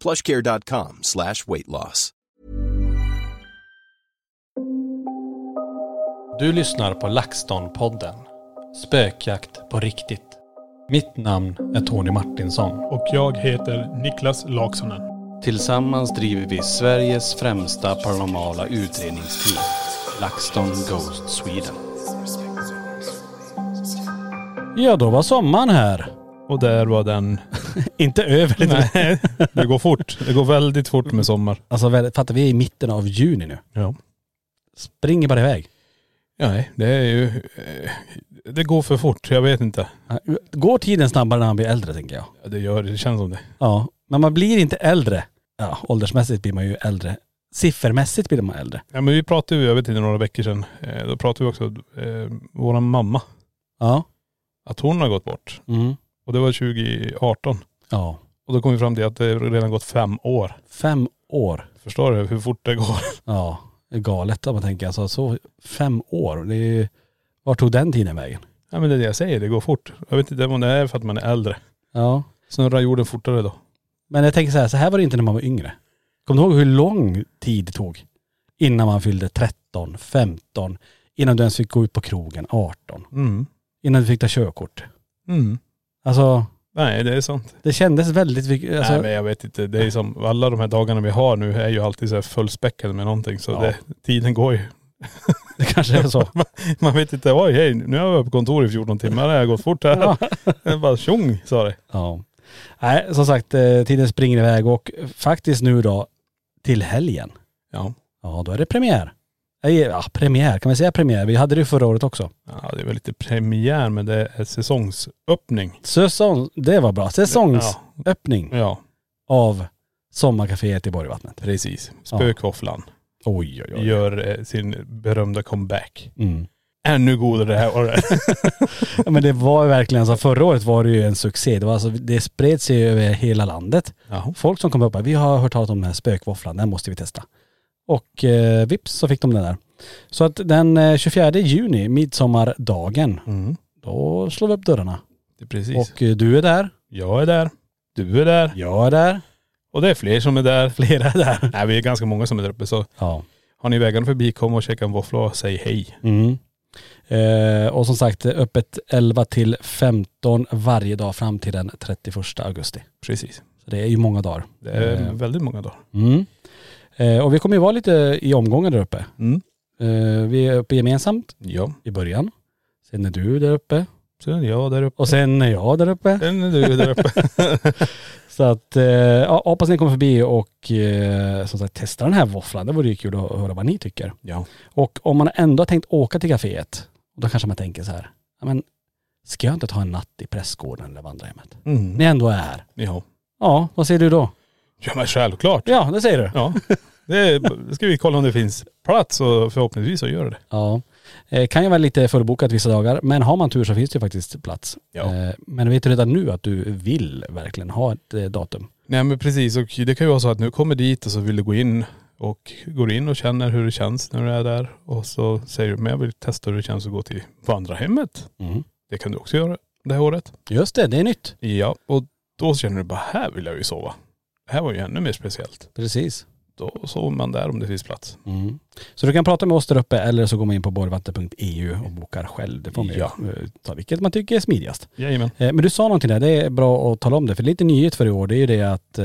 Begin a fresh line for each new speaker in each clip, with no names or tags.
plushcare.com slash weight loss.
Du lyssnar på LaxTon-podden. Spökjakt på riktigt. Mitt namn är Tony Martinsson.
och jag heter Niklas Laksonen.
Tillsammans driver vi Sveriges främsta paranormala utredningsteam. LaxTon Ghost Sweden. Ja, då var sommaren här.
Och där var den.
Inte över lite.
Nej, det går fort. Det går väldigt fort med sommar.
Alltså väl- fattar vi är i mitten av juni nu.
Ja.
Springer bara iväg.
Nej, det är ju... eh, Det går för fort, jag vet inte.
Går tiden snabbare när man blir äldre tänker jag.
Ja, Det gör det, känns som det.
Ja, men man blir inte äldre. Ja, åldersmässigt blir man ju äldre. Siffermässigt blir man äldre.
Ja, men vi pratade ju, jag vet inte, några veckor sedan. Eh, Då pratade vi också eh, våran mamma.
Ja.
Att hon har gått bort.
Mm.
Och det var 2018.
Ja.
Och då kom vi fram till att det redan gått fem år.
Fem år.
Förstår du hur fort det går?
Ja. Det är galet om man tänker. Alltså så fem år. Det är ju, var tog den tiden vägen?
Ja men det är det jag säger, det går fort. Jag vet inte om det är för att man är äldre.
Ja.
Snurrar jorden fortare då.
Men jag tänker så här, så här var det inte när man var yngre. Kommer du ihåg hur lång tid det tog innan man fyllde 13, 15, innan du ens fick gå ut på krogen 18,
Mm.
innan du fick ta körkort?
Mm.
Alltså
Nej det är sant.
det kändes väldigt, vik- alltså,
Nej men jag vet inte, det är som alla de här dagarna vi har nu är ju alltid så här fullspäckade med någonting. Så
Ja.
det, tiden går ju.
det kanske är så.
Man vet inte, oj hej nu har jag varit på kontor i 14 timmar, det har gått fort här.
Ja.
Det bara tjong sa det.
Ja. Nej, som sagt, eh, tiden springer iväg och faktiskt nu då till helgen.
Ja.
Ja, då är det premiär. Nej, Ja, premiär, kan man säga premiär? Vi hade det ju förra året också.
ja det är väl lite premiär men det är säsongsöppning.
Säsong, det var bra. Säsongsöppning
Ja
av Sommarcaféet i Borgvattnet.
precis. Spökvåfflan
Oj, oj, oj.
gör eh, sin berömda comeback.
Mm.
Ännu godare det här året.
Ja, men det var ju verkligen så. Förra året var det ju en succé. Det, var alltså, det spred sig över hela landet.
Jaha.
Folk som kom upp och vi har hört talas om den här spökvåfflan, den måste vi testa. Och eh, vips så fick de den där. Så att den eh, 24 juni, midsommardagen,
Mm.
då slår vi upp dörrarna.
Det är precis.
Och eh, du är där,
jag är där. Du är där.
jag är där,
Och det är fler som är där.
flera är där.
Nej vi är ganska många som är där uppe så
Ja.
har ni vägarna förbi kom och käka en våffla och säg hej.
Mm. Eh, och som sagt, öppet 11 till 15 varje dag fram till den 31 augusti.
Precis.
Så det är ju många dagar.
Det är
Eh.
väldigt många dagar.
Mm. Eh, och vi kommer ju vara lite i omgångar där uppe.
Mm.
Eh, vi är uppe gemensamt
Ja.
i början. Sen är du där uppe.
Sen är jag där uppe.
Och sen är jag där uppe.
Sen är du där uppe.
Så att, eh, ja, hoppas ni kommer förbi och eh, som sagt testa den här våfflan. Det vore ju kul att höra vad ni tycker.
ja.
Och om man ändå har tänkt åka till kaféet, då kanske man tänker så här, ja men ska jag inte ta en natt i prästgården eller vandrarhemmet?
Mm.
Ni ändå är här.
Ja.
Ja, vad säger du då?
Ja men självklart.
Ja, det säger du.
Ja. Det är, ska vi kolla om det finns plats och förhoppningsvis så gör det.
Ja. Eh, Kan ju vara lite fullbokat vissa dagar, men har man tur så finns det ju faktiskt plats.
Ja.
Eh, Men vet du redan nu att du vill verkligen ha ett eh, datum?
Nej men precis, och det kan ju vara så att nu kommer dit och så vill du gå in och går in och känner hur det känns när du är där. Och så säger du, men jag vill testa hur det känns att gå till vandrarhemmet.
Mm.
Det kan du också göra det här året.
Just det, det är nytt.
Ja, och då känner du bara, här vill jag ju sova. Det här var ju ännu mer speciellt.
Precis.
Då sover man där om det finns plats.
Mm. Så du kan prata med oss där uppe eller så går man in på borgvatten.eu och bokar själv. Det får man ju
Ja.
eh, ta vilket man tycker är smidigast.
Jajamän.
Eh, Men du sa någonting där, det är bra att tala om det. För lite nyhet för i år, det är ju det att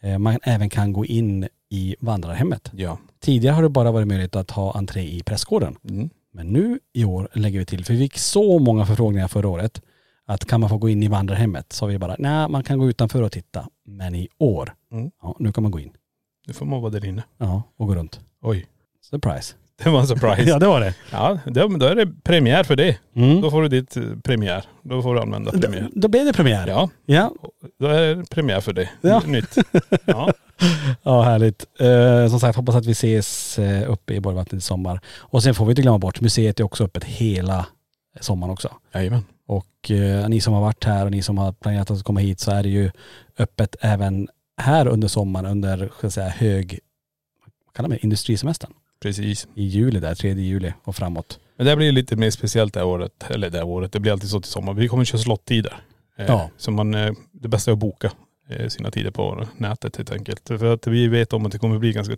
eh, man även kan gå in i vandrarhemmet.
Ja.
Tidigare har det bara varit möjligt att ha entré i prästgården.
Mm.
Men nu i år lägger vi till, för vi fick så många förfrågningar förra året, att kan man få gå in i vandrarhemmet? Så vi bara, nej man kan gå utanför och titta. Men i år,
Mm.
ja, nu kan man gå in
Nu får man vara där inne.
ja, och gå runt.
Oj.
Surprise.
Det var en surprise.
Ja det var det.
ja, det, men då är det premiär för dig.
Mm.
Då får du ditt eh, premiär. Då får du använda
Då,
premiär.
då blev det premiär.
Ja,
ja.
då är det premiär för dig.
Ja.
Nytt. Ja.
Ja, härligt. Eh, som sagt, hoppas att vi ses eh, uppe i Borgvattnet i sommar. Och sen får vi inte glömma bort, museet är också öppet hela sommaren också.
Jajamän.
Och eh, ni som har varit här och ni som har planerat att komma hit så är det ju öppet även här under sommaren under, ska jag säga, hög, vad kallar man det, industrisemestern.
Precis.
I juli där, 3 juli och framåt.
Men det här blir lite mer speciellt det här året. Eller det här året, det blir alltid så till sommar. Vi kommer köra slottider. Eh,
Ja.
Så man, eh, det bästa är att boka eh, sina tider på nätet helt enkelt. För att vi vet om att det kommer bli ganska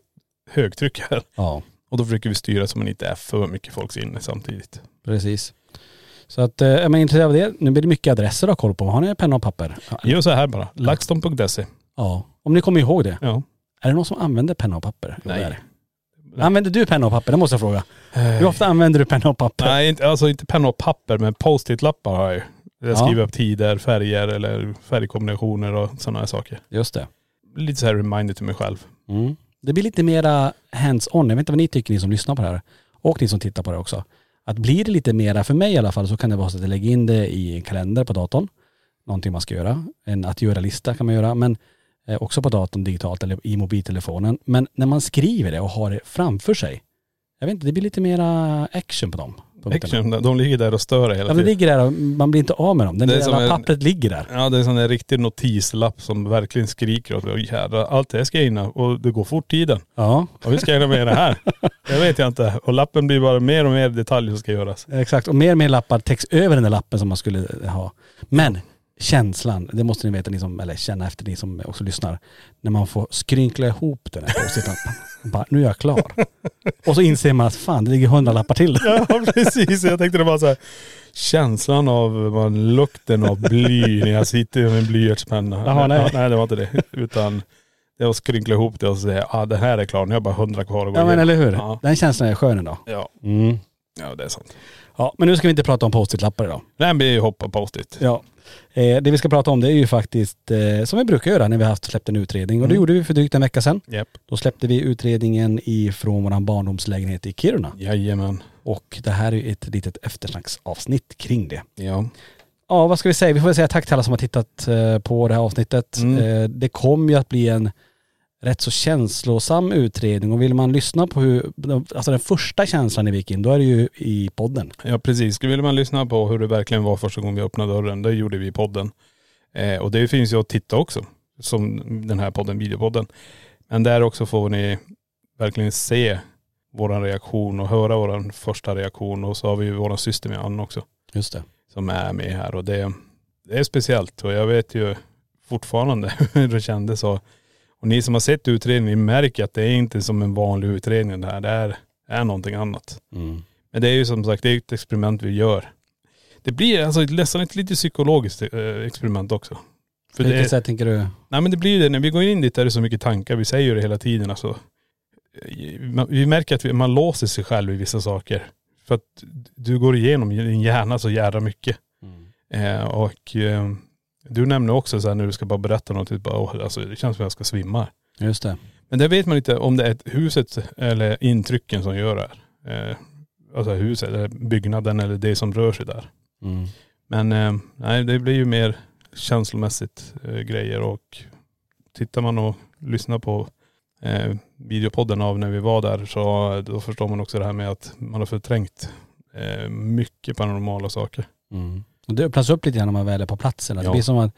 högtryck här.
Ja,
Och då försöker vi styra så man inte är för mycket folk inne samtidigt.
precis. Så att, eh, är man intresserad av det, nu blir det mycket adresser att ha koll på. Har ni penna och papper?
Gör så här bara. LaxTon.se.
Ja. Om ni kommer ihåg det.
Ja.
Är det någon som använder penna och papper? Jo,
Nej.
det är det. Använder du penna och papper? Det måste jag fråga. Hur ofta använder du penna och papper?
Nej, inte, alltså inte penna och papper, men post-it-lappar har jag ju. Jag
Ja.
skriver upp tider, färger eller färgkombinationer och sådana här saker.
Just det.
Lite så här reminder till mig själv.
Mm. Det blir lite mera hands-on. Jag vet inte vad ni tycker ni som lyssnar på det här. Och ni som tittar på det också. Att blir det lite mera, för mig i alla fall, så kan det vara så att jag lägger in det i en kalender på datorn. Någonting man ska göra. En att göra-lista kan man göra. Men eh, också på datorn digitalt eller i mobiltelefonen. Men när man skriver det och har det framför sig. Jag vet inte, det blir lite mera action på dem.
Action, Liksom, de ligger där och stör dig
Ja,
hela
men det
tiden.
ligger där och man blir inte av med dem. Den
Det är
det
som en-
pappret ligger där.
Ja, det är en sån där riktig notislapp som verkligen skriker åt mig. Åh, jädrar, allt det här ska jag hinna och det går fort tiden.
Ja,
Och hur ska jag hinna med det här? Det vet jag inte. Och lappen blir bara mer och mer detaljer som ska göras.
exakt. Och mer och mer lappar täcks över den där lappen som man skulle ha. Men känslan, det måste ni veta ni som, eller känna efter ni som också lyssnar. När man får skrynkla ihop den här post-it-lappen. Bara, nu är jag klar. Och så inser man att fan, det ligger hundra lappar till.
Ja precis, jag tänkte det var så här. Känslan av man, lukten av bly när jag sitter med en blyertspenna.
Jaha, nej.
Ja, nej det var inte det. Utan det var att skrynkla ihop det och så säga, ah, det här är klart, nu har jag bara hundra kvar att gå
Ja men
igenom."
eller hur.
Ja.
Den känslan är skön ändå.
Ja.
Mm.
ja, det är sant.
Ja, men nu ska vi inte prata om post-it-lappar idag.
Nej men vi hoppar post-it.
Ja. Eh, det vi ska prata om det är ju faktiskt, eh, som vi brukar göra när vi har haft släppt en utredning. Och det
Mm.
gjorde vi för drygt en vecka sedan.
Japp.
Då släppte vi utredningen ifrån vår barndomslägenhet i Kiruna.
Jajamän.
Och det här är ju ett litet eftersnacksavsnitt kring det.
Ja.
Ja, vad ska vi säga? Vi får väl säga tack till alla som har tittat eh, på det här avsnittet.
Mm.
Eh, Det kommer ju att bli en rätt så känslosam utredning och vill man lyssna på hur, alltså den första känslan när vi gick in, då är det ju i podden.
Ja precis, skulle man lyssna på hur det verkligen var första gången vi öppnade dörren, det gjorde vi i podden. Eh, och det finns ju att titta också, som den här podden, videopodden. Men där också får ni verkligen se våran reaktion och höra våran första reaktion. Och så har vi ju våran syster med Ann också,
Just det.
som är med här. Och det, det är speciellt och jag vet ju fortfarande hur det kändes. Och, och ni som har sett utredningen, ni märker att det är inte som en vanlig utredning det här. Det är, är någonting annat.
Mm.
Men det är ju som sagt, det är ett experiment vi gör. Det blir alltså ett- nästan ett lite psykologiskt eh, experiment också. För
På vilket
det,
sätt tänker du?
nej men det blir ju det, när vi går in dit är det så mycket tankar, vi säger ju det hela tiden alltså. Eh, man- Vi märker att vi- man låser sig själv i vissa saker. För att du går igenom din hjärna så jävla mycket.
Mm.
Eh, och eh, du nämner också så här när du ska bara berätta något, typ, bara, "Åh, alltså, det känns som att jag ska svimma.
Just det.
Men det vet man inte om det är ett huset eller intrycken som gör det här. Eh, alltså huset eller byggnaden eller det som rör sig där.
Mm.
Men eh, nej, det blir ju mer känslomässigt eh, grejer och tittar man och lyssnar på eh, videopodden av när vi var där så eh, då förstår man också det här med att man har förträngt eh, mycket paranormala saker.
Mm. Och det öppnas upp lite grann när man väl är på platsen. Att Det
Ja.
blir som att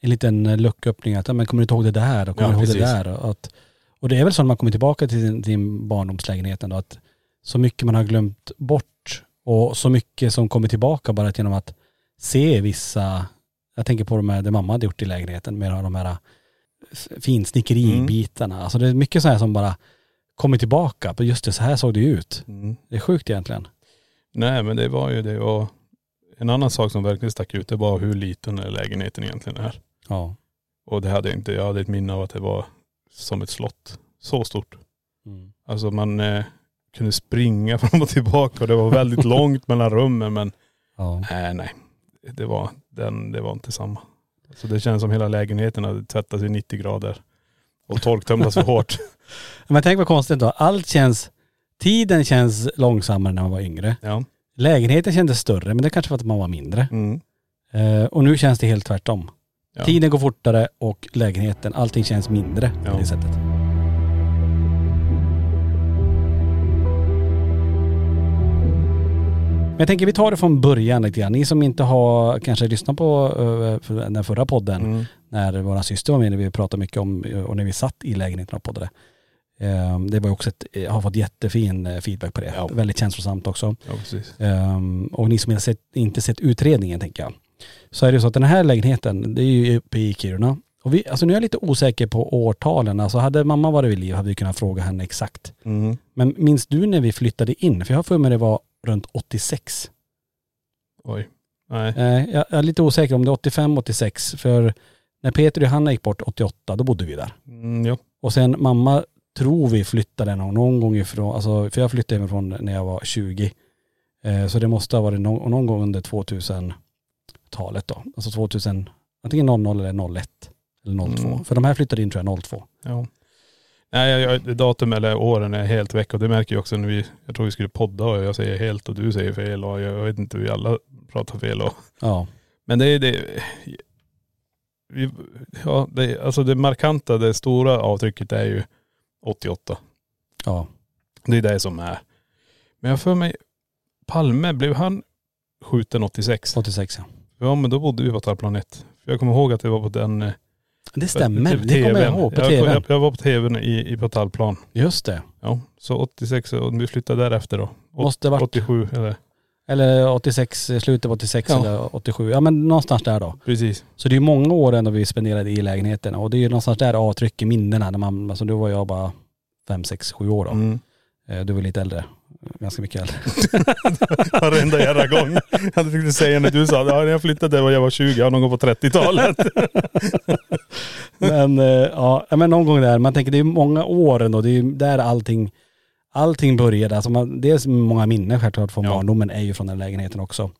en liten eh, lucköppning att, ja, men kommer du inte ihåg det där och kommer
Ja,
du ihåg det
precis.
där? Och, att, och det är väl så när man kommer tillbaka till sin, sin barndomslägenhet ändå, att så mycket man har glömt bort och så mycket som kommer tillbaka bara att genom att se vissa, jag tänker på de här, det mamma hade gjort i lägenheten med de här eh, f- finsnickeribitarna.
Mm.
Alltså det är mycket så här som bara kommer tillbaka, på just det, så här såg det ju ut.
Mm.
Det är sjukt egentligen.
Nej men det var ju det och en annan sak som verkligen stack ut det var hur liten den här lägenheten egentligen är.
Ja.
Och det hade jag inte, jag hade ett minne av att det var som ett slott. Så stort.
Mm.
Alltså man eh, kunde springa fram och tillbaka och det var väldigt långt mellan rummen men
ja.
nej nej. Det var, den, det var inte samma. Så det känns som hela lägenheten hade tvättats i 90 grader. Och torktumlats för hårt.
Men tänk vad konstigt då. Allt känns, tiden känns långsammare när man var yngre.
Ja.
Lägenheten kändes större, men det kanske var att man var mindre.
Mm.
Eh, och nu känns det helt tvärtom.
Ja.
Tiden går fortare och lägenheten, allting känns mindre på
Ja.
det sättet. Men jag tänker vi tar det från början lite grann. Ni som inte har kanske lyssnat på eh, för- den förra podden,
Mm.
när vår syster var med, när vi pratade mycket om, eh, och när vi satt i lägenheten och poddade. Eh, Det var ju också ett, eh, har fått jättefin eh, feedback på det.
Ja.
Väldigt känslosamt också.
Ja precis.
Ehm, och ni som inte sett, inte sett utredningen tänker jag. Så är det ju så att den här lägenheten, det är ju uppe i Kiruna. Och vi, alltså nu är jag lite osäker på årtalen. Alltså hade mamma varit vid liv hade vi kunnat fråga henne exakt.
Mm.
Men minns du när vi flyttade in? För jag har för mig det var runt 86.
Oj. Nej.
Eh, jag, jag är lite osäker om det är 85, 86. För när Peter och Johanna gick bort 88, då bodde vi där.
Mm, ja.
Och sen mamma tror vi flyttade någon, någon gång ifrån, alltså, för jag flyttade hemifrån när jag var 20. Eh, så det måste ha varit någon, någon gång under 2000-talet då. Alltså 2000, antingen 00 eller 01 eller 02.
Mm.
För de här flyttade in tror jag 02.
Ja. Nej, jag, jag, datum eller åren är helt väck och det märker jag också när vi, jag tror vi skulle podda och jag säger helt och du säger fel och jag, jag vet inte, vi alla pratar fel och,
Ja.
men det är det, vi, ja, det, alltså det markanta, det stora avtrycket är ju 88.
Ja.
Det är det som är. Men jag för mig, Palme, blev han skjuten 86?
86 ja.
Ja men då bodde vi på Tarplan 1. För jag kommer ihåg att det var på den.. eh,
Det stämmer,
på
det kommer jag
TV:n.
ihåg på
jag,
tvn.
jag, jag var på tvn i, i på Tarplan.
Just det.
Ja, så 86 och vi flyttade därefter då. Åt-
Måste varit-
87 eller?
Eller 86, eh, slutet av 86
Ja.
eller 87. Ja men någonstans där då.
Precis.
Så det är ju många år ändå vi spenderade i lägenheten och det är ju någonstans där avtryck i minnena. När man, alltså då var jag bara 5, 6, 7 år då.
Mm.
Eh, Du var lite äldre. Ganska mycket äldre.
Varenda jävla gång. Jag tänkte säga när du sa ja, när jag flyttade var jag var 20, ja, någon gång på 30-talet.
men eh, ja, men någon gång där. Man tänker det är många år ändå. Det är ju där allting, allting började. Alltså man, dels många minnen självklart från
Ja.
barndomen är ju från den här lägenheten också.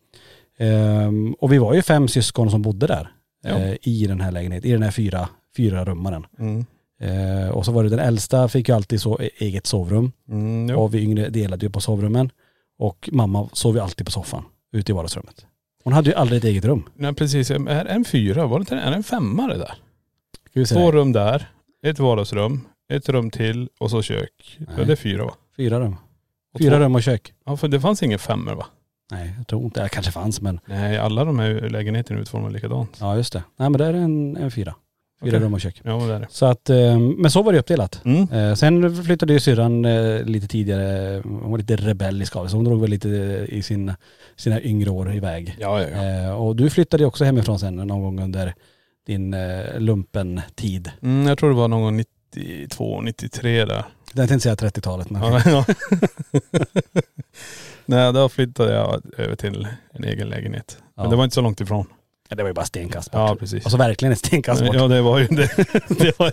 Ehm, och vi var ju fem syskon som bodde där.
Ja.
eh, I den här lägenheten, i den här fyra, fyra rummaren.
Mm.
Eh, och så var det den äldsta fick ju alltid so eget sovrum.
Mm, jo.
Och vi yngre delade ju på sovrummen. Och mamma sov ju alltid på soffan ute i vardagsrummet. Hon hade ju aldrig ett eget rum.
Nej precis, är en fyra, var det inte en, är det en femma det där?
Ska vi säga
Två
det?
rum där, ett vardagsrum, ett rum till och så kök. Ja,
Nej.
det är fyra va?
Fyra rum.
Och
Fyra
två-
rum och kök.
Ja för det fanns ingen femmer va?
Nej, jag tror inte. Det kanske fanns men
Nej alla de här lägenheterna är utformade likadant.
ja just det. Nej men det är en, en fyra. Fyra
Okej.
rum och kök.
Ja men det är det.
Så att, eh, men så var det uppdelat.
Mm.
Eh, Sen flyttade ju syrran eh, lite tidigare, hon var lite rebellisk av sig, så hon drog väl lite eh, i sin, sina yngre år iväg.
Ja ja ja.
Eh, Och du flyttade ju också hemifrån sen någon gång under din eh, lumpen-tid.
Mm, jag tror det var någon gång 92, 93 där.
Jag tänkte säga 30-talet men
Ja, ja. Nej, då flyttade jag över till en egen lägenhet. Men
Ja.
det var inte så långt ifrån.
Ja, det var ju bara stenkast bort.
Ja, precis.
Alltså verkligen ett stenkast bort.
Ja, det var ju det. det var,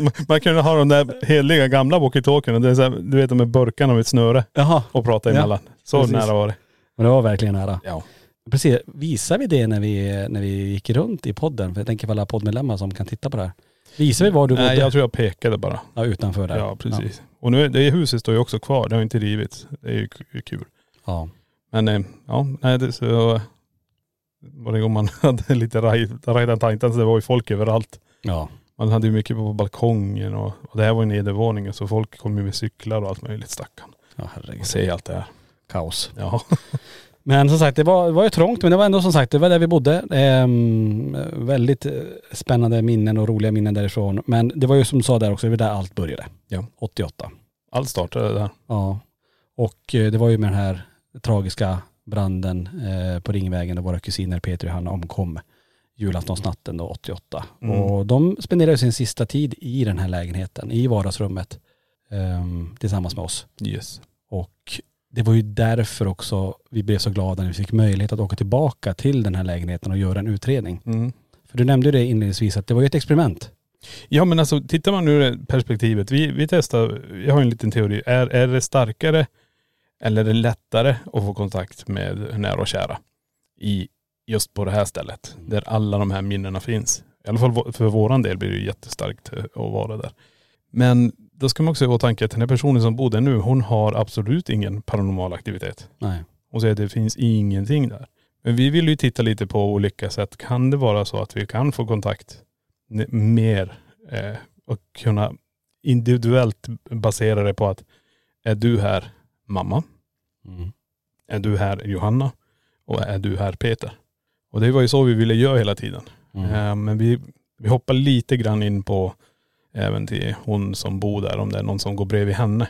man, man kunde ha de där heliga gamla walkie-talkierna. Det är så här, Du vet de med burkarna med ett snöre
Jaha.
och prata
Ja,
emellan. Så
precis.
nära var det.
Men det var verkligen nära.
Ja.
Precis, visar vi det när vi, när vi gick runt i podden? För jag tänker på alla poddmedlemmar som kan titta på det här. Visar vi var du bodde?
Nej, jag tror jag pekade bara.
ja, utanför där.
Ja, precis. Och nu, är- det huset står ju också kvar. Det har inte rivits. Det är ju k- kul.
Ja.
Men eh, ja, nej det så varje gång man hade lite raj, rajdan tajtan så det var ju folk överallt.
ja.
Man hade ju mycket på balkongen och, och det här var ju nedervåningen så folk kom ju med cyklar och allt möjligt stackarn.
Ja, herregud.
Och se allt det här.
Kaos.
Ja.
Men som sagt, det var, det var ju trångt men det var ändå som sagt, det var där vi bodde. Ehm, väldigt eh, spännande minnen och roliga minnen därifrån. Men det var ju som du sa där också, det var där allt började.
Ja.
88.
Allt startade där.
Ja. Och eh, det var ju med den här tragiska branden eh, på Ringvägen där våra kusiner Peter och Hanna omkom julaftonsnatten då 88.
Mm.
Och de spenderade sin sista tid i den här lägenheten, i vardagsrummet, ehm, tillsammans med oss.
Yes.
Och det var ju därför också vi blev så glada när vi fick möjlighet att åka tillbaka till den här lägenheten och göra en utredning.
Mm.
För du nämnde ju det inledningsvis att det var ju ett experiment.
Ja men alltså tittar man ur det perspektivet. Vi, vi testar, jag har en liten teori. Är, är det starkare eller är det lättare att få kontakt med nära och kära? I, just på det här stället. Där alla de här minnena finns. I alla fall vå- för våran del blir det ju jättestarkt eh, att vara där. Men då ska man också ha i åtanke att den här personen som bodde nu, hon har absolut ingen paranormal aktivitet.
Nej.
och säger att det finns ingenting där. Men vi vill ju titta lite på olika sätt. Kan det vara så att vi kan få kontakt n- mer eh, och kunna individuellt basera det på att är du här mamma?
Mm.
Är du här Johanna? Och är du här Peter? Och det var ju så vi ville göra hela tiden.
Mm.
Eh, men vi, vi hoppar lite grann in på även till hon som bor där, om det är någon som går bredvid henne.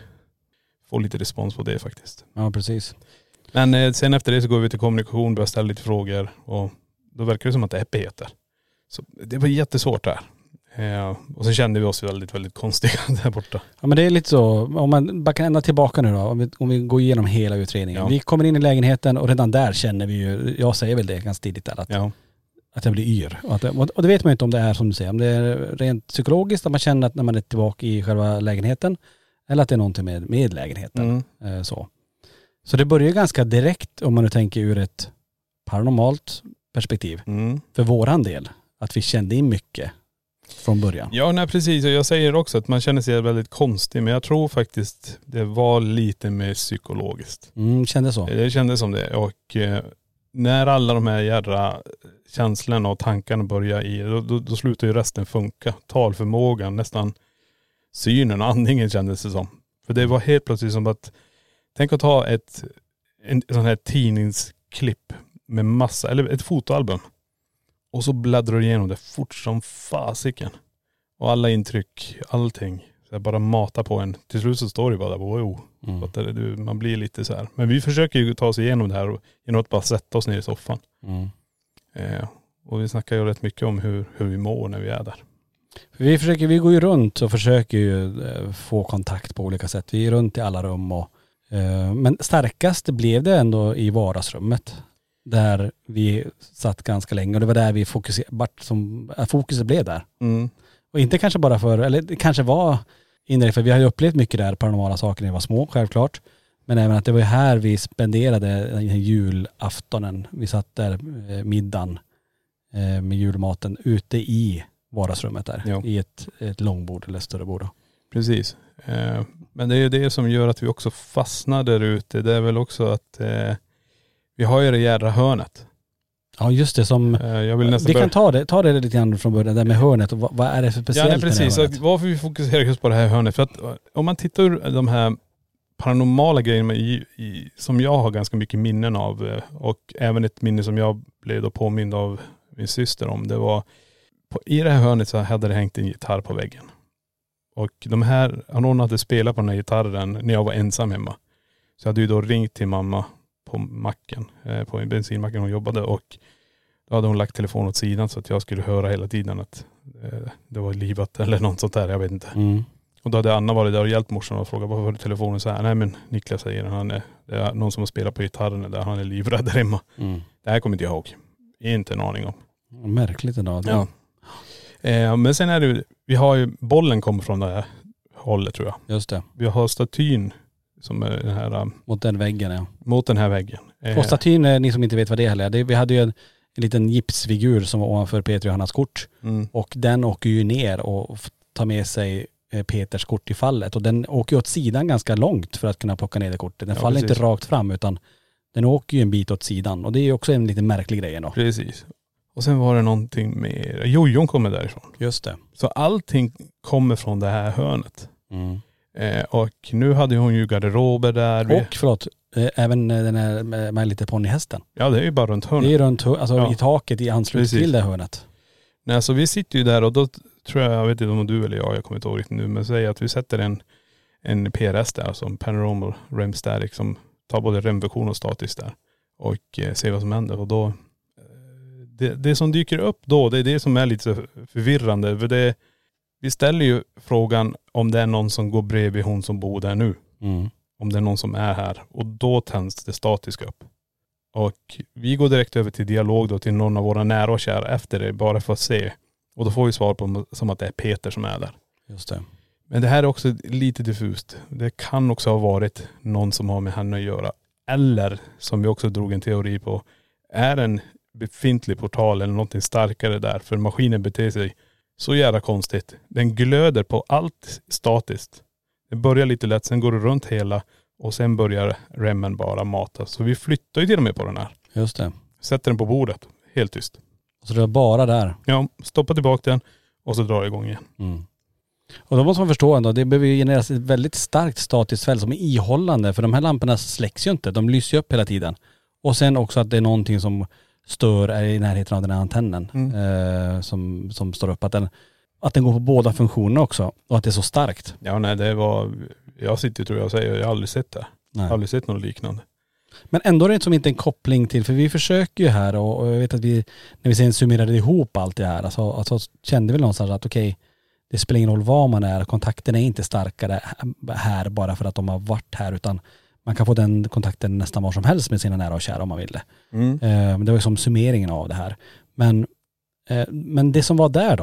Får lite respons på det faktiskt.
Ja precis.
Men eh, sen efter det så går vi till kommunikation, börjar ställa lite frågor och då verkar det som att det är Peter. Så det var jättesvårt där. Eh, och så kände vi oss väldigt, väldigt konstiga där borta.
Ja men det är lite så, om man backar ända tillbaka nu då, om vi, om vi går igenom hela utredningen.
Ja.
Vi kommer in i lägenheten och redan där känner vi ju, jag säger väl det ganska tidigt där, att,
Ja.
att jag blir yr. Och, att, och och det vet man ju inte om det är som du säger, om det är rent psykologiskt, att man känner att när man är tillbaka i själva lägenheten, eller att det är någonting med, med lägenheten.
Mm.
Eh, Så. så det börjar ju ganska direkt om man nu tänker ur ett paranormalt perspektiv,
Mm.
för våran del, att vi kände in mycket från början.
Ja, nej precis. Och jag säger också att man känner sig väldigt konstig. Men jag tror faktiskt det var lite mer psykologiskt.
Mm, kände så.
Det kändes som det. Och eh, när alla de här jädra känslorna och tankarna börjar i, då, då, då slutar ju resten funka. Talförmågan, nästan synen och andningen kändes det som. För det var helt plötsligt som att, tänk att ta ett en, sån här tidningsklipp med massa, eller ett fotoalbum. Och så bläddrar du igenom det fort som fasiken. Och alla intryck, allting. Så jag bara mata på en. Till slut så står det bara där, wow.
Mm.
Fattar du? du? Man blir lite så här. Men vi försöker ju ta oss igenom det här och, genom att bara sätta oss ner i soffan.
Mm.
Eh, och vi snackar ju rätt mycket om hur, hur vi mår när vi är där.
Vi, försöker, vi går ju runt och försöker ju eh, få kontakt på olika sätt. Vi är runt i alla rum och eh, men starkast blev det ändå i vardagsrummet. Där vi satt ganska länge och det var där vi fokuserade, vart som, eh, fokuset blev där. Och inte kanske bara för, eller det kanske var indirekt, för vi har ju upplevt mycket där paranormala saker när vi var små självklart. Men även att det var ju här vi spenderade den här julaftonen. Vi satt där eh, middagen eh, med julmaten ute i vardagsrummet där.
Ja.
I ett, ett långbord eller större bord. Då.
Precis. Eh, men det är ju det som gör att vi också fastnar där ute. Det är väl också att eh, vi har ju det jädra hörnet.
Ja just det som,
Eh, jag vill nästan
vi
börja-
kan ta det, ta det lite grann från början, där med hörnet och vad, vad är det för
Ja,
speciellt
nej, precis.
med
Så
det här
varför vi fokuserar just på det här hörnet. För att eh, om man tittar ur de här paranormala grejerna i, i, som jag har ganska mycket minnen av eh, och även ett minne som jag blev då påmind av min syster om. Det var, på, i det här hörnet så hade det hängt en gitarr på väggen. Och de här, någon hade spelat på den här gitarren när jag var ensam hemma. Så jag hade ju då ringt till mamma på macken, eh, på bensinmacken hon jobbade och då hade hon lagt telefonen åt sidan så att jag skulle höra hela tiden att eh, det var livat eller något sånt där, jag vet inte.
Mm.
Och då hade Anna varit där och hjälpt morsan och frågat varför har du telefonen så här? Nej men Niklas säger han är, det är någon som har spelat på gitarren där, han är livrädd där hemma.
Mm.
Det här kommer inte jag ihåg. Inte en aning om.
Märkligt ändå.
Ja. Eh, men sen är det ju- vi har ju, bollen kommer från det här hållet tror jag.
Just det,
Vi har statyn som är den här, eh,
mot den väggen ja.
mot den här väggen. Eh,
Och statyn, eh, ni som inte vet vad det är heller, det, vi hade ju en, en liten gipsfigur som var ovanför Peter och Hannas kort.
mm,
Och den åker ju ner och f- tar med sig eh, Peters kort i fallet. Och den åker ju åt sidan ganska långt för att kunna plocka ner det kortet. Den
Ja,
faller
precis.
inte rakt fram utan den åker ju en bit åt sidan. Och det är ju också en lite märklig grej ändå.
precis. Och sen var det någonting mer, jojon kommer därifrån.
Just det.
Så allting kommer från det här hörnet.
Mm.
Eh, och nu hade hon ju garderober där. Vi-
Och förlåt, eh, även eh, den här med, med lite ponnyhästen.
Ja det är ju bara runt
Det är
hörnet.
ju runt hör- alltså,
Ja.
i taket i anslutning
Precis.
till det hörnet.
Nej så vi sitter ju där och då tror jag, jag vet inte om du eller jag, jag kommer inte ihåg riktigt nu, men säg att vi sätter en, en PRS där, alltså en Panorama REM Static som liksom, tar både REM-version och statisk där och eh, ser vad som händer. Och då, eh, det, det som dyker upp då, det är det som är lite så förvirrande. För det, vi ställer ju frågan om det är någon som går bredvid hon som bor där nu.
Mm.
om det är någon som är här. Och då tänds det statiska upp. Och vi går direkt över till dialog då till någon av våra nära och kära efter det bara för att se. Och då får vi svar på som att det är Peter som är där.
Just det.
Men det här är också lite diffust. Det kan också ha varit någon som har med henne att göra. Eller som vi också drog en teori på, är en befintlig portal eller någonting starkare där för maskinen beter sig så jävla konstigt. Den glöder på allt statiskt. Det börjar lite lätt, sen går det runt hela och sen börjar remmen bara mata. Så vi flyttar ju till och med på den här.
Just det.
Sätter den på bordet, helt tyst.
Så det var bara där.
Ja, stoppar tillbaka den och så drar jag igång igen.
Och då måste man förstå ändå, det behöver ju genereras ett väldigt starkt statiskt fält som är ihållande. För de här lamporna släcks ju inte, de lyser ju upp hela tiden. Och sen också att det är någonting som stör är i närheten av den här antennen
Mm.
eh, som, som står upp. Att den, att den går på båda funktionerna också och att det är så starkt.
Ja nej det var, jag sitter tror jag och säger, jag har aldrig sett det.
Nej.
Jag har aldrig sett något liknande.
Men ändå är det som inte en koppling till, för vi försöker ju här och, och jag vet att vi, när vi sen summerade ihop allt det här, alltså, alltså kände vi någonstans att okej, det spelar ingen roll var man är, kontakten är inte starkare här bara för att de har varit här, utan man kan få den kontakten nästan var som helst med sina nära och kära om man vill det. Eh, men det var ju som summeringen av det här. Men, eh, men det som var där då,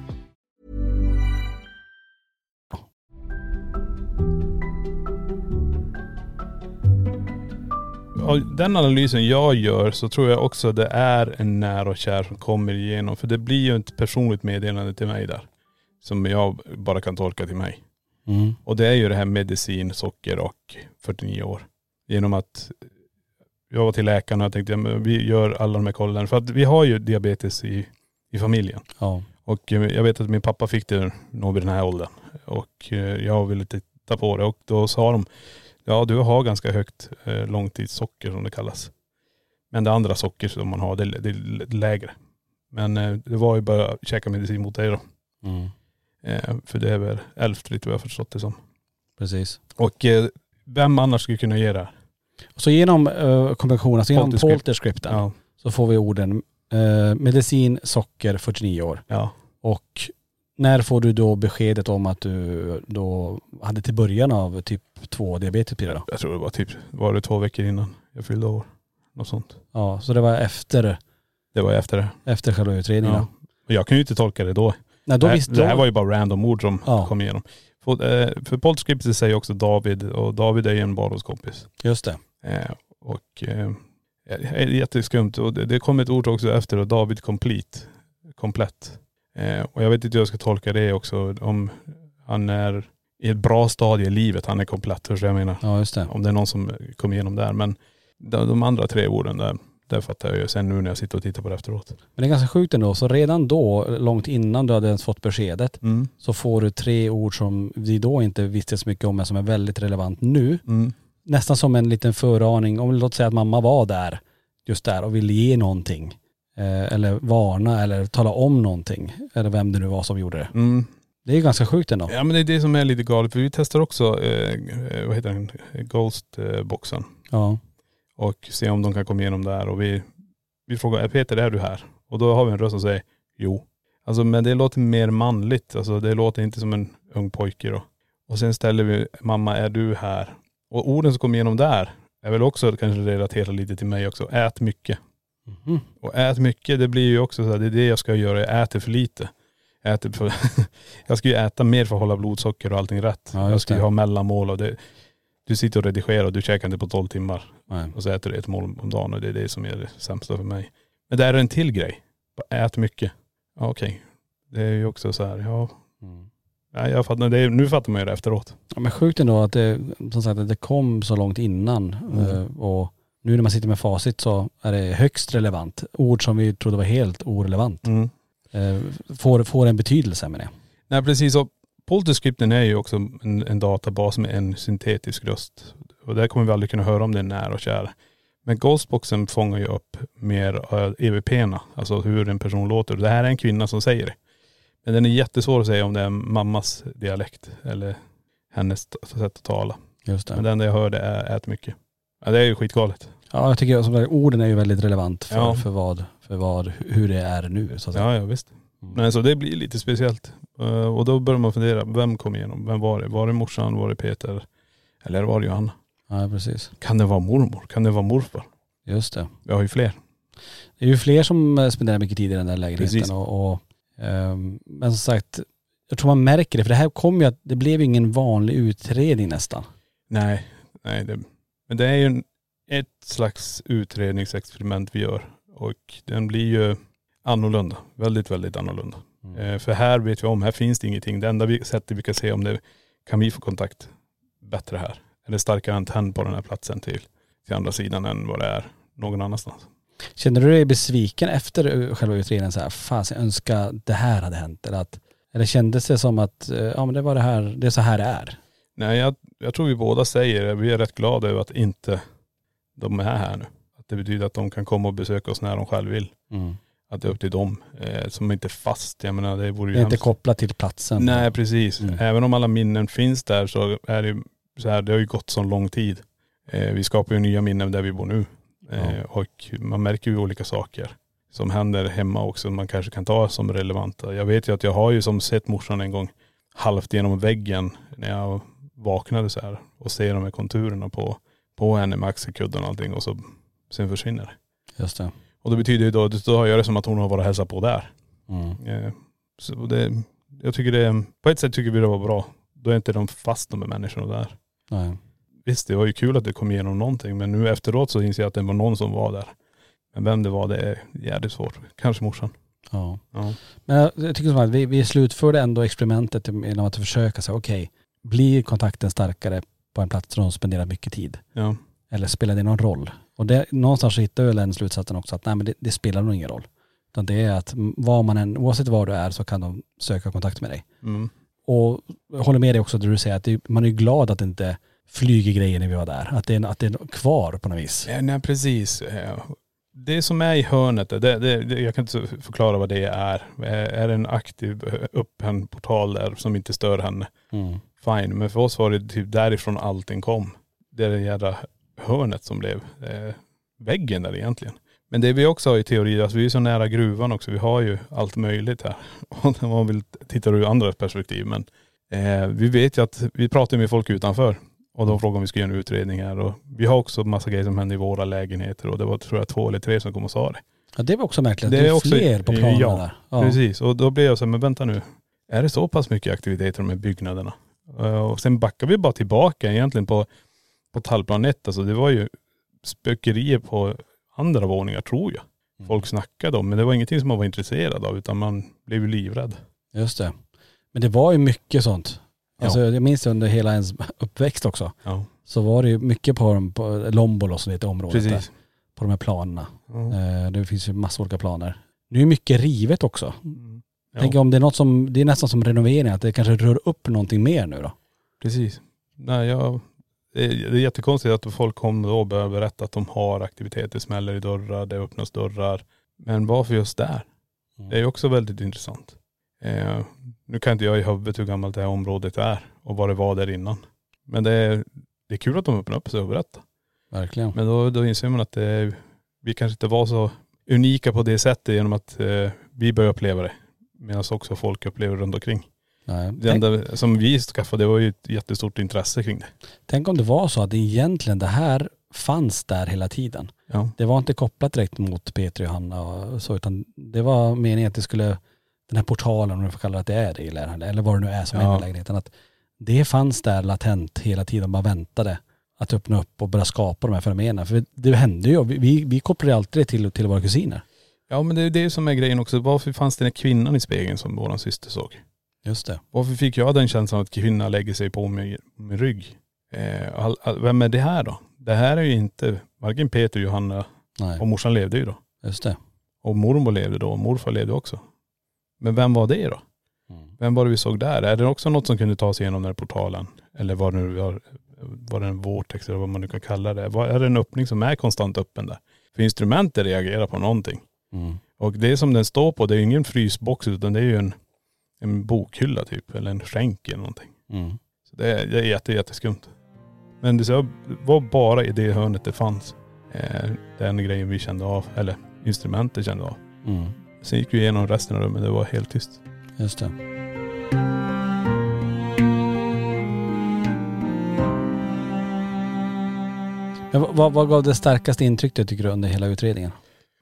Och den analysen jag gör så tror jag också det är en nära och kär som kommer igenom. För det blir ju ett personligt meddelande till mig där. Som jag bara kan tolka till mig. Och det är ju det här medicin, socker och 49 år. Genom att jag var till läkaren och jag tänkte, ja, men vi gör alla de här kollen. För att vi har ju diabetes i, i familjen.
ja,
Och eh, jag vet att min pappa fick det nog vid den här åldern. Och eh, jag ville titta på det och då sa de, ja du har ganska högt eh, långtidssocker som det kallas. Men det andra socker som man har, det, det är l- lägre. Men eh, det var ju bara att käka medicin mot det då.
mm,
Eh, För det är väl älftligt vad jag har förstått det som.
precis.
Och eh, vem annars skulle kunna ge det här?
Så genom uh, konventionen, alltså genom
Polterscript.
polterskripten,
Ja.
så får vi orden eh, medicin, socker, 49 år.
ja.
Och när får du då beskedet om att du då hade till början av typ 2 diabetes blir det då?
Jag tror det var typ, var det två veckor innan jag fyllde år? Något sånt.
Ja, så det var efter,
Det var efter det.
efter själva utredningen.
Ja.
då.
Och jag kan ju inte tolka det då.
Nej, då
det,
visste
det här
då-
var ju bara random ord som
Ja.
kom igenom. För, eh, för Poltscriptet säger också David och David är ju en barndomskompis.
Just det.
Eh, och eh, det är jätteskumt. Och det, det kom ett ord också efter och David Complete. Komplett. Eh, och jag vet inte hur jag ska tolka det också. Om han är i ett bra stadie i livet, han är komplett. Förstår du vad jag menar?
Ja, just det.
Om det är någon som kom igenom där. Men de, de andra tre orden där, där fattar jag ju sen nu när jag sitter och tittar på det efteråt.
Men det är ganska sjukt ändå. Så redan då, långt innan du hade ens fått beskedet,
Mm.
så får du tre ord som vi då inte visste så mycket om men som är väldigt relevant nu.
Mm.
Nästan som en liten föraning, om låt säga att mamma var där, just där och ville ge någonting. Eh, eller varna eller tala om någonting. Eller vem det nu var som gjorde det.
Mm.
Det är ju ganska sjukt ändå.
Ja men det är det som är lite galet, för vi testar också, eh, eh, vad heter den, eh, Ghost-boxen.
Ja.
Och se om de kan komma igenom där. Och vi, vi frågar, "Eh, Peter är du här? Och då har vi en röst som säger, jo. Alltså men det låter mer manligt, alltså det låter inte som en ung pojke då. Och sen ställer vi, mamma är du här? Och orden som kommer igenom där är väl också kanske relaterat lite till mig också, ät mycket.
Mhm.
Och ät mycket, det blir ju också så här, det är det jag ska göra, jag äter för lite. Jag, äter för, jag ska ju äta mer för att hålla blodsocker och allting rätt.
Ja, just
jag ska ju
det.
ha mellanmål och det, du sitter och redigerar och du käkar inte på 12 timmar.
Nej.
Och så äter du ett mål om dagen och det är det som är det sämsta för mig. Men där är en till grej. Bara Ät mycket. Ja, okej. Det är ju också så här, ja. Mm. Nej, jag fattar, det är, nu fattar man ju det efteråt.
Ja, men sjukt ändå att det, som sagt, att det kom så långt innan.
Mm.
Eh, Och nu när man sitter med facit så är det högst relevant. Ord som vi trodde var helt orelevant. Eh, Får, får en betydelse med det.
Nej precis, och polterscripten är ju också en, en databas med en syntetisk röst. Och där kommer vi aldrig kunna höra om det är när och kär. Men Ghostboxen fångar ju upp mer eh, EVP-erna, alltså hur en person låter. Det här är en kvinna som säger det. Men den är jättesvår att säga om det är mammas dialekt eller hennes t- sätt att tala.
Just
Men det enda jag hörde är ät mycket. Ja, det är ju skitgalet.
Ja jag tycker som sagt, orden är ju väldigt relevant för,
Ja.
för, vad, för vad, hur det är nu så att säga. Mm.
Ja, ja visst. Nej, så det blir lite speciellt. Eh, Och då börjar man fundera, vem kom igenom? Vem var det? Var det morsan? Var det Peter? Eller var det Johanna?
Ja. precis.
Kan det vara mormor? Kan det vara morfar?
Just det.
Vi har ju fler.
Det är ju fler som eh, spenderar mycket tid i den där lägenheten.
Precis.
Och, och, ehm, men som sagt, jag tror man märker det för det här kom ju att det blev ingen vanlig utredning nästan.
Nej, nej. Det, men det är ju en, ett slags utredningsexperiment vi gör. Och den blir ju annorlunda. Väldigt, väldigt annorlunda. Eh, För här vet vi om, här finns det ingenting. Det enda vi, sättet vi kan se om det, kan vi få kontakt bättre här? Eller starkare antenn på den här platsen till, till andra sidan än vad det är någon annanstans.
Kände du dig besviken efter eh, själva utredningen så här, fan jag önskar det här hade hänt eller att, eller kändes det som att, eh, ja men det var det här, det är så här det är.
Nej, jag, jag tror vi båda säger det. Vi är rätt glada över att inte de är här nu. Att det betyder att de kan komma och besöka oss när de själv vill. Att det är upp till dem eh, som inte är fast. Jag menar det vore ju
Det är inte
hemskt.
kopplat till platsen.
Nej precis.
Mm.
Även om alla minnen finns där så är det ju så här, det har ju gått så lång tid. Eh, vi skapar ju nya minnen där vi bor nu. Eh,
Ja.
Och man märker ju olika saker som händer hemma också. Man kanske kan ta som relevanta. Jag vet ju att jag har ju som sett morsan en gång halvt genom väggen när jag vaknade så här och ser de här konturerna på, på henne med axelkudden och allting och så sen försvinner det.
Just det.
Och det betyder ju då, då har jag det som att hon har varit och hälsat på där.
Mm.
Eh, Så det, jag tycker det, på ett sätt tycker vi det var bra. Då är inte de fast de här människorna där.
Nej.
Visst det var ju kul att det kom igenom någonting men nu efteråt så inser jag att det var någon som var där. Men vem det var det är jävligt svårt. Kanske morsan.
Ja.
Ja.
Men jag, jag tycker som att vi, vi slutförde ändå experimentet genom att försöka säga okej, blir kontakten starkare på en plats där de spenderar mycket tid?
Ja.
Eller spelar det någon roll? Och det, någonstans så hittar vi väl den slutsatsen också att nej men det, det spelar nog ingen roll. Utan det är att mm, var man än, oavsett var du är så kan de söka kontakt med dig.
Mm.
Och jag håller med dig också där du säger att det, man är ju glad att det inte flyger grejer när vi var där. Att det, är- att det är kvar på något vis.
Ja, nej precis. Eh, Det som är i hörnet, det, det, det, jag kan inte förklara vad det är. Eh, Är det en aktiv eh, öppen portal där som inte stör henne?
Mm.
fine. Men för oss var det typ därifrån allting kom. Det är det jävla hörnet som blev eh, väggen där egentligen. Men det vi också har i teori, alltså vi är så nära gruvan också, vi har ju allt möjligt här. Och när man vill titta ur andra perspektiv. Men eh, vi vet ju att, vi pratar ju med folk utanför och de frågar om vi ska göra en utredning här. Och vi har också massa grejer som händer i våra lägenheter och det var tror jag två eller tre som kom och sa det.
Ja, det var också märkligt att det, är fler på planen
ja,
där.
Precis, och då blev jag så här, men vänta nu. Är det så pass mycket aktivitet i de här byggnaderna? Eh, Och sen backar vi bara tillbaka egentligen på, på tallplan 1. Alltså det var ju spökerier på andra våningar tror jag.
Mm.
Folk snackade om, men det var ingenting som man var intresserad av utan man blev ju livrädd.
Just det. Men det var ju mycket sånt.
Ja.
Alltså, Jag minns under hela ens uppväxt också.
Ja,
Så var det ju mycket på, de- på Lombolo som det heter området där.
precis.
På de här planerna.
Ja.
Eh, Det finns ju massa olika planer. Nu är mycket rivet också.
Ja.
Tänk om det är något som, det är nästan som renovering, att det kanske rör upp någonting mer nu då.
Precis. Nej, jag, det är det är jättekonstigt att folk kommer då och börjar berätta att de har aktiviteter, smäller i dörrar, det öppnas dörrar. Men varför just där? Det är ju också väldigt intressant. Eh, Nu kan inte jag i huvudet hur gammalt det här området är och vad det var där innan. Men det är, det är kul att de öppnar upp sig och berättar.
Verkligen.
Men då, då inser man att det, är- vi kanske inte var så unika på det sättet genom att eh, vi började uppleva det. Medan också folk upplever runt omkring.
Nej.
Det
Tänk,
enda som vi skaffade det var ju ett jättestort intresse kring det.
tänk om det var så att egentligen det här fanns där hela tiden.
Ja.
Det var inte kopplat direkt mot Petri och Hanna och så utan det var meningen att det skulle, den här portalen om man får kalla det att det är det eller, eller vad det nu är som
Ja.
är med lägenheten, att det fanns där latent hela tiden, bara väntade att öppna upp och börja skapa de här fenomenen. För det hände ju, vi- vi, vi kopplade alltid det till, till våra kusiner.
ja men det är det som är grejen också. Varför fanns den här kvinnan i spegeln som våran syster såg?
Just det.
Varför fick jag den känslan att kvinna lägger sig på min, min rygg? Eh, all, all, vem är det här då? Det här är ju inte, varken Peter, Johanna
Nej,
och morsan levde ju då.
just det.
Och mormor levde då och morfar levde också. Men vem var det då? Vem var det vi såg där? Är det också något som kunde ta sig igenom den här portalen? Eller var det, nu var, var det en vortex eller vad man nu kan kalla det? Var, är det en öppning som är konstant öppen där? För instrumenten reagerar på någonting.
Mm.
Och det som den står på, det är ju ingen frysbox utan det är ju en, en bokhylla typ, eller en skänk eller någonting.
Mm.
Så det är, det är jätte, jätteskumt. Men det så- var bara i det hörnet det fanns. Eh, den grejen vi kände av, eller instrumentet kände av.
Mm.
Sen gick vi igenom resten av rummet, det var helt tyst.
Just det. Men vad- vad, vad gav det starkaste intrycket tycker du under hela utredningen?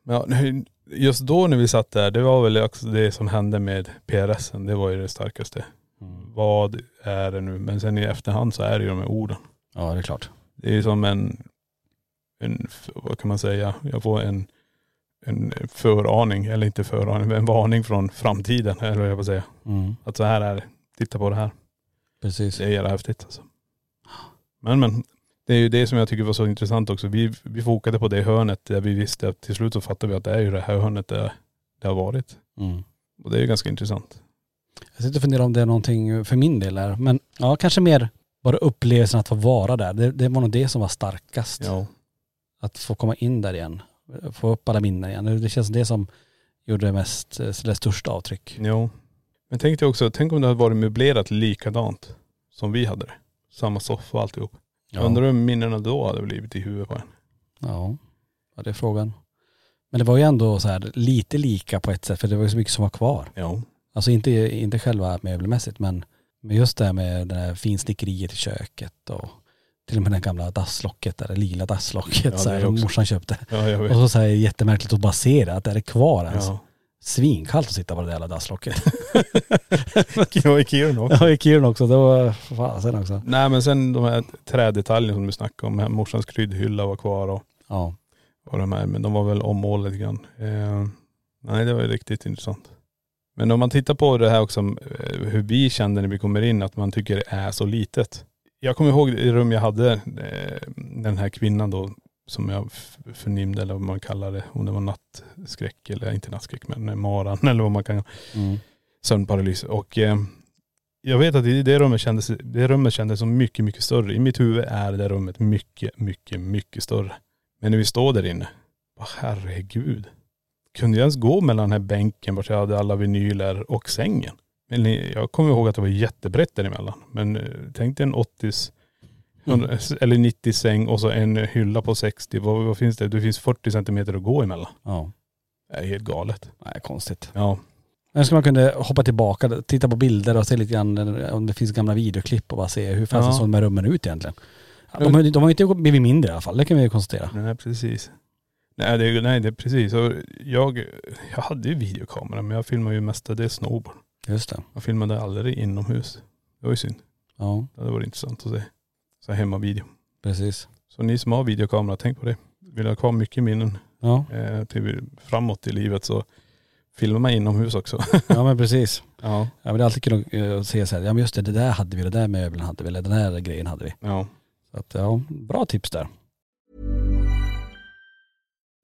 Men ja, nu- just då när vi satt där, det var väl också det som hände med PRSen. Det var ju det starkaste. Vad är det nu? Men sen i efterhand så är det ju de här orden.
Ja det är klart.
Det är ju som en, en, f- vad kan man säga, jag får en, en föraning, eller inte föraning, men en varning från framtiden, eller vad jag får säga.
Mm.
Att så här är det, titta på det här.
Precis.
Det är jävla häftigt alltså. Men men, det är ju det som jag tycker var så intressant också. Vi, vi fokade på det hörnet där vi visste att till slut så fattade vi att det är ju det här hörnet där det har varit.
Mm.
Och det är ju ganska intressant.
Jag sitter och funderar om det är någonting för min del där. Men ja, kanske mer bara upplevelsen att få vara där. Det, det var nog det som var starkast. Att få komma in där igen. Få upp alla minnen igen. Det känns som det som gjorde det mest, eh, det största avtryck.
Jo. Men tänk dig också, tänk om det hade varit möblerat likadant som vi hade det. Samma soffa och alltihop.
Ja.
Undrar hur minnena då hade blivit i huvudet på en.
Ja, ja det är frågan. Men det var ju ändå så här lite lika på ett sätt för det var ju så mycket som var kvar.
Ja.
Alltså inte, inte själva möbelmässigt men, men just det här med det här finsnickeriet i köket och till och med det gamla dasslocket där, det lila dasslocket
Ja,
så
det
här,
är
som
också-
morsan köpte.
Ja jag
Och
vet.
så, så här, jättemärkligt att bara se det, att det är kvar ens.
Ja.
Svinkallt att sitta på det där jävla dasslocket.
Jag i Kiruna också.
ja i Kiruna också, det var fasen också.
Nej men sen de här trädetaljerna som du snackade om, här morsans kryddhylla var kvar och
Ja,
och de här, men de var väl ommålade lite grann. Eh, nej, det var ju riktigt intressant. Men om man tittar på det här också, eh, hur vi kände när vi kommer in, att man tycker det är så litet. Jag kommer ihåg det rum jag hade, eh, den här kvinnan då, som jag f- förnimde eller vad man kallar det, om det var nattskräck eller inte nattskräck men eh, maran eller vad man kan,
mm.
sömnparalys. Och eh, jag vet att i det rummet kändes, det rummet kändes som mycket, mycket större. I mitt huvud är det där rummet mycket, mycket, mycket större. Men när vi står där inne, åh herregud. Kunde jag ens gå mellan den här bänken vart jag hade alla vinyler och sängen? Men ni- jag kommer ihåg att det var jättebrett däremellan. Men eh, tänk dig en 80s, 100 eller 90 säng och så en hylla på 60. Vad, vad finns det? Det finns 40 centimeter att gå emellan.
ja.
Det är helt galet.
Nej, konstigt.
Ja.
Jag önskar man kunde hoppa tillbaka, titta på bilder och se lite grann om det finns gamla videoklipp och bara se hur fasen
Ja.
såg de här rummen ut egentligen. De, har ju- de har ju inte blivit mindre i alla fall, det kan vi ju konstatera.
Nej precis. Nej det, är- nej, det är precis. Och jag, jag hade ju videokamera men jag filmade ju mestadels snowboard.
Just det.
Jag filmade aldrig inomhus. Det var ju synd.
Ja,
Det hade varit intressant att se. Så här hemmavideo.
precis.
Så ni som har videokamera, tänk på det. Vill ha kvar mycket minnen
Ja,
eh, till framåt i livet så filma mig inomhus också.
ja men precis.
ja.
Ja, men det är alltid kul att eh, se så här, ja men just det, det där hade vi, det där möbeln hade vi, eller den här grejen hade vi.
Ja.
Så att ja, bra tips där.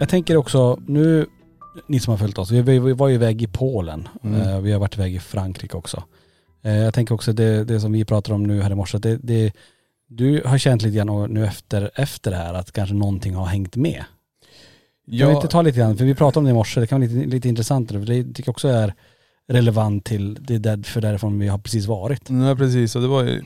Jag tänker också, nu, ni som har följt oss, vi, vi, vi var ju iväg i Polen. Eh, vi har varit iväg i Frankrike också. Eh, jag tänker också det, det som vi pratar om nu här i morse, det, det, du har känt lite grann och nu efter, efter det här att kanske någonting har hängt med. Jag vill inte ta lite grann, för vi pratade om det i morse, det kan vara lite, lite intressant, för det tycker jag också är relevant till, det är därför därifrån vi har precis varit.
Nej precis, och det var ju,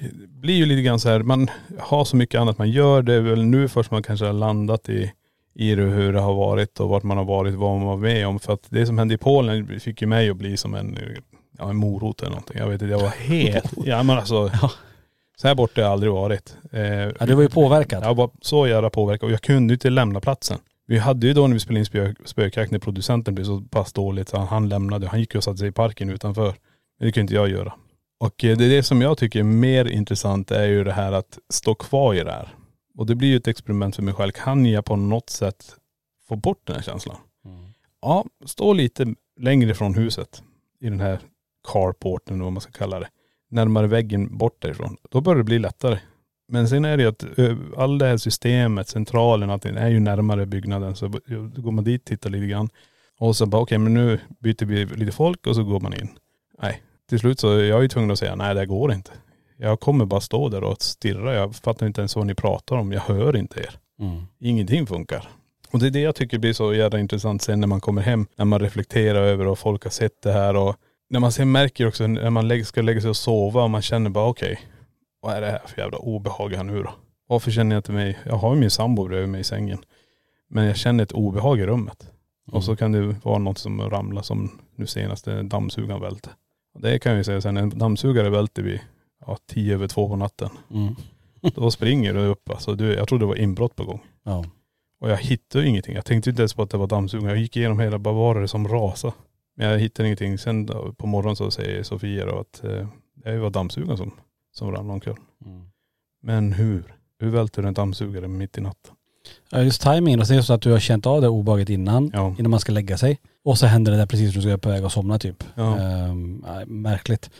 det blir ju lite grann så här, man har så mycket annat man gör. Det är väl nu först man kanske har landat i, i det, hur det har varit och vart man har varit, vad man var med om. För att det som hände i Polen fick ju mig att bli som en, ja, en morot eller någonting. Jag vet inte, jag var helt, ja men alltså, så här borta har jag aldrig varit. Eh,
Ja, du var ju påverkad.
jag var så jävla påverkad och jag kunde ju inte lämna platsen. Vi hade ju då när vi spelade in spö, spökjakt när producenten blev så pass dåligt så han, han lämnade. Han gick och satte sig i parken utanför. Men det kunde inte jag göra. Och eh, det är det som jag tycker är mer intressant är ju det här att stå kvar i det här. Och det blir ju ett experiment för mig själv. Kan jag på något sätt få bort den här känslan? Ja, stå lite längre från huset i den här carporten eller vad man ska kalla det. Närmare väggen bort därifrån. Då börjar det bli lättare. Men sen är det ju att ö, all det här systemet, centralen, allting är ju närmare byggnaden. Så b- då går man dit, tittar lite grann. Och så bara okej men nu byter vi lite folk och så går man in. Nej, till slut så är jag ju tvungen att säga nej det här går inte. Jag kommer bara stå där och stirra. Jag fattar inte ens vad ni pratar om. Jag hör inte er. Ingenting funkar. Och det är det jag tycker blir så jävla intressant sen när man kommer hem. När man reflekterar över och folk har sett det här och när man sen märker också när man lägger- ska lägga sig och sova och man känner bara okej, vad är det här för jävla obehag här nu då? Varför känner jag inte mig, jag har ju min sambo bredvid mig i sängen. Men jag känner ett obehag i rummet. Och så kan det vara något som ramlar som nu senast när dammsugaren välte. Och Det kan jag ju säga sen, en dammsugare välter vid ja, tio över två på natten. Då springer du upp alltså. Du, jag trodde det var inbrott på gång.
Ja.
Och jag hittade ju ingenting. Jag tänkte inte ens på att det var dammsugaren. Jag gick igenom hela, bara vad var det som rasade? Men jag hittade ingenting. Sen då, på morgonen så säger Sofia då att eh, det var dammsugaren som, som ramlade omkull. Men hur? Hur välter du en dammsugare mitt i natten?
Ja just timingen, och sen är det så att du har känt av det obehaget innan,
Ja.
innan man ska lägga sig. Och så händer det där precis när du ska på väg att somna typ.
Ja.
Ehm, nej, märkligt.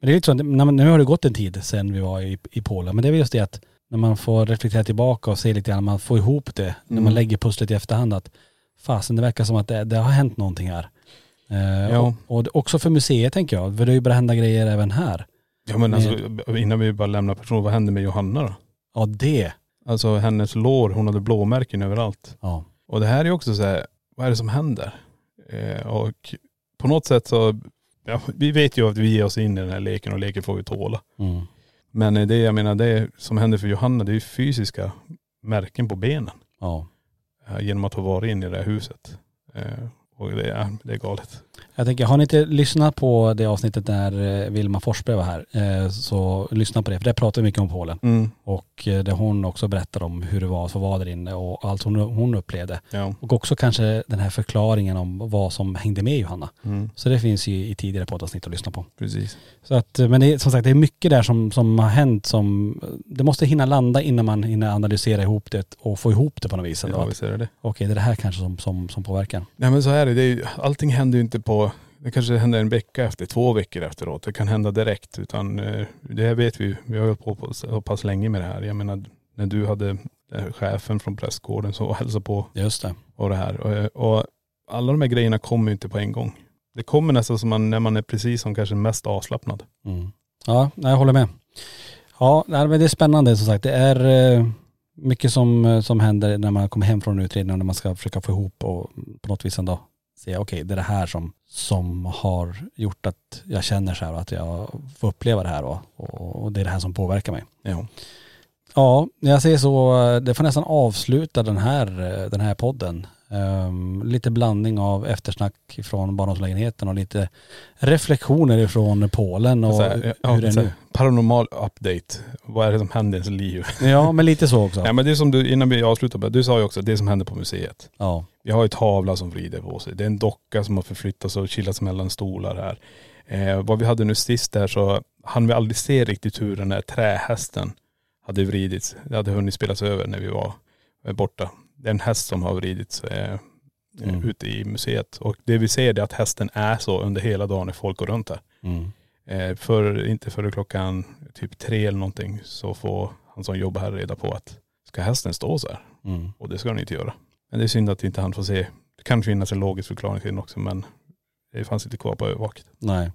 Men det är lite så, när man, nu har det gått en tid sedan vi var i, i Polen, men det är väl just det att när man får reflektera tillbaka och se lite grann, man får ihop det, när
Mm.
man lägger pusslet i efterhand att fasen det verkar som att det, det har hänt någonting här. Ehm,
Ja.
och, och det- också för museet tänker jag, för det har ju börjat hända grejer även här.
Ja men alltså innan vi bara lämnar personen, vad hände med Johanna då?
Ja det,
Alltså hennes lår, hon hade blåmärken överallt.
ja.
Och det här är också så här, vad är det som händer? Eh, och på något sätt så, ja, vi vet ju att vi ger oss in i den här leken och leken får vi tåla.
Mm.
Men eh, det jag menar, det som händer för Johanna det är ju fysiska märken på benen
Ja.
eh, genom att ha varit inne i det här huset. Eh, Och det är, det är galet.
Jag tänker, har ni inte lyssnat på det avsnittet när eh, Vilma Forsberg var här, eh, så lyssna på det, för där pratar vi mycket om Polen.
Mm.
Och eh, där hon också berättar om hur det var att få vara där inne och allt hon, hon upplevde.
Ja.
Och också kanske den här förklaringen om vad som hängde med Johanna.
Mm.
Så det finns ju i tidigare poddavsnitt att lyssna på.
Precis.
Så att, eh, men det är, som sagt, det är mycket där som, som har hänt som, eh, det måste hinna landa innan man hinner analysera ihop det och få ihop det på något vis. ändå.
Ja,
Att,
visst är det det.
Okej, det är det här kanske som, som, som påverkar.
Nej men så här är det, det är ju, allting händer ju inte på, det kanske händer en vecka efter, två veckor efteråt. Det kan hända direkt. Utan eh, det här vet vi ju, vi har hållit på på så pass länge med det här. Jag menar, när du hade eh, chefen från prästgården som hälsade på
Just det.
och det här. Och, och alla de här grejerna kommer ju inte på en gång. Det kommer nästan som man, när man är precis som kanske mest avslappnad.
Mm. Ja, nej, jag håller med. Ja, nej, men det är spännande som sagt. Det är eh, mycket som, eh, som händer när man kommer hem från en utredning och när man ska försöka få ihop och på något vis ändå se, okej det är det här som, som har gjort att jag känner så här och att jag får uppleva det här och, och, och det är det här som påverkar mig.
Ja.
Ja, när jag säger så, eh, det får nästan avsluta den här, eh, den här podden. Ehm, lite blandning av eftersnack från barndomslägenheten och lite reflektioner ifrån Polen och
Så här, ja,
hur det är
så
nu.
här, paranormal update. Vad är det som händer i ens liv?
Ja, men lite så också.
Nej men det är som du, innan vi avslutar, du sa ju också det som händer på museet.
Ja.
Vi har ju tavla som vrider på sig. Det är en docka som har förflyttats och chillats mellan stolar här. Eh, vad vi hade nu sist där så hann vi aldrig se riktigt hur den där trähästen hade vridits. Det hade hunnit spelas över när vi var eh, borta. Det är en häst som har vridits eh, eh,
Mm.
ute i museet. Och det vi ser är att hästen är så under hela dagen när folk går runt där.
Mm.
Eh, för, inte före klockan typ tre eller någonting så får han som jobbar här reda på att ska hästen stå så här?
Mm.
Och det ska den inte göra. Men det är synd att inte han får se. Det kan finnas en logisk förklaring till den också men det fanns inte kvar på övervaket.
Nej.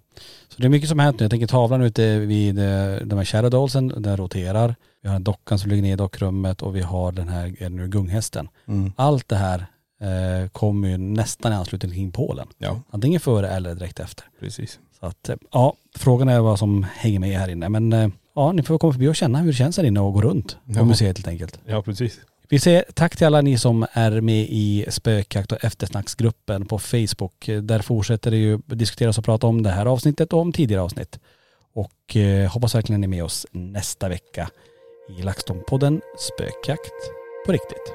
Så det är mycket som har hänt nu. Jag tänker tavlan ute vid eh, de här Shadowdolsen, den roterar. Vi har en dockan som ligger ner i dockrummet och vi har den här eh, nu gunghästen. Allt det här eh, kommer ju nästan i anslutning till Polen.
Ja,
Antingen före eller direkt efter.
precis.
Så att eh, ja, frågan är vad som hänger med här inne. Men eh, ja, ni får komma förbi och känna hur det känns här inne och gå runt på
Ja.
museet helt enkelt.
Ja, precis.
Vi säger tack till alla ni som är med i spökjakt och eftersnacksgruppen på Facebook. Där fortsätter det ju diskuteras och prata om det här avsnittet och om tidigare avsnitt. Och eh, hoppas verkligen ni är med oss nästa vecka i LaxTon-podden Spökjakt på riktigt.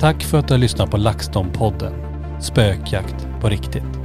Tack för att du har lyssnat på LaxTon-podden Spökjakt på riktigt.